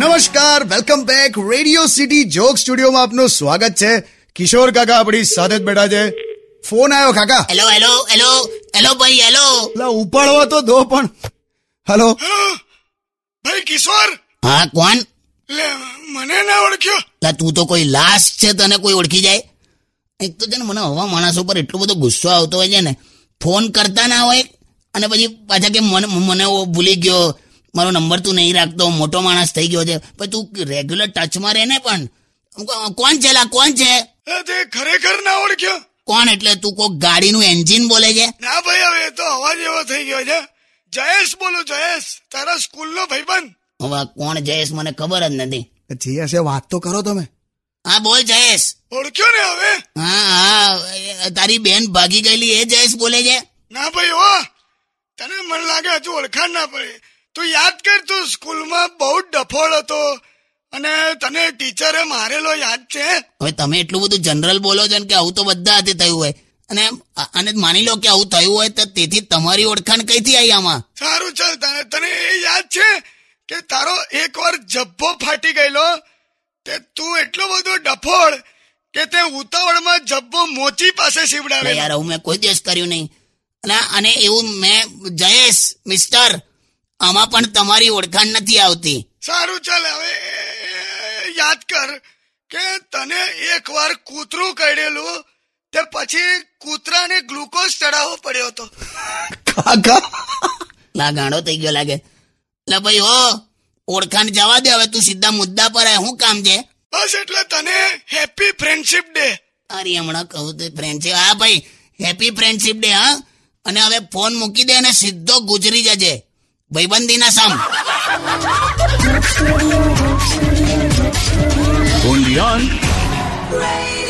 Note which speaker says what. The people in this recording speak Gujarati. Speaker 1: નમસ્કાર welcome back radio city joke સ્ટુડિયોમાં આપનું સ્વાગત છે કિશોર કાકા આપણી સાથે જ બેઠા છે ફોન આવ્યો કાકા
Speaker 2: હેલો હેલો હેલો હેલો ભાઈ હેલો
Speaker 1: એટલે ઉપાડવા તો દો પણ હલો
Speaker 3: ભાઈ કિશોર
Speaker 2: હા કોણ
Speaker 3: લે મને ના ઓળખ્યો
Speaker 2: લા તું તો કોઈ લાશ છે તને કોઈ ઓળખી જાય એક તો છે ને મને હવા માણસો પર એટલો બધો ગુસ્સો આવતો હોય છે ને ફોન કરતા ના હોય અને પછી પાછા કે મને મને ઓ ભૂલી ગયો મારો નંબર તું નહીં રાખતો મોટો માણસ થઈ ગયો છે પણ તું રેગ્યુલર ટચમાં રહે ને પણ હું કહું, કોણ છે લા કોણ છે
Speaker 3: એ તે ખરેખર ના ઓળખ્યો
Speaker 2: કોણ એટલે તું કોક ગાડીનું એન્જિન બોલે છે
Speaker 3: ના ભાઈ હવે એ તો અવાજ એવો થઈ ગયો છે જયેશ બોલું જયેશ તારા સ્કૂલનો ભાઈબંધ
Speaker 2: હવે આ કોણ જયેશ મને ખબર જ નથી
Speaker 1: જી હશે વાત તો કરો તમે
Speaker 2: હા બોલ જયેશ
Speaker 3: ઓળખ્યો ને હવે
Speaker 2: હા હા એ તારી બેન ભાગી ગયેલી એ જયેશ બોલે છે
Speaker 3: ના ભાઈ હો તને મને લાગે હજુ ઓળખાણ ના પડે તું યાદ કર તું સ્કૂલમાં બહુ જ ડફોળ હતો અને તને ટીચરે મારેલો યાદ છે
Speaker 2: હવે તમે એટલું બધું જનરલ બોલો છો ને કે આવું તો બધા હાથે થયું હોય અને આ- અને માની લો કે આવું થયું હોય તો તેથી તમારી ઓળખાણ કઈથી આવી આમાં
Speaker 3: સારું ચાલ તને તને એ યાદ છે કે તારો એકવાર જબ્ભો ફાટી ગયેલો તે તું એટલો બધો ડફોળ કે તે ઉતાવળમાં જબ્ભો મોચી પાસે
Speaker 2: અરે
Speaker 3: સીવડાવેલો
Speaker 2: યાર આવું મેં કોઈ દિવસ કર્યું નહીં અને અને એવું મેં જયેશ મિસ્ટર આમાં પણ તમારી ઓળખાણ નથી આવતી
Speaker 3: સારું ચાલ હવે એ- એ- યાદ કર કે તને એકવાર કૂતરું કરડેલું તે પછી કૂતરાને ગ્લુકોઝ ચડાવવો પડ્યો હતો
Speaker 1: કાકા
Speaker 2: લા ગાંડો થઈ ગયો લાગે લા ભાઈ હો ઓળખાણ જવા દે હવે તું સીધા મુદ્દા પર આય શું કામ છે
Speaker 3: બસ એટલે તને હેપી ફ્રેન્ડશિપ ડે
Speaker 2: અરે હમણાં કહું તો ફ્રેન્ડશીપ હા ભાઈ હેપી ફ્રેન્ડશીપ ડે હા અને હવે ફોન મૂકી દે અને સીધો ગુજરી જજે ભાઈબંધીના સામ
Speaker 4: Undian.
Speaker 5: Radio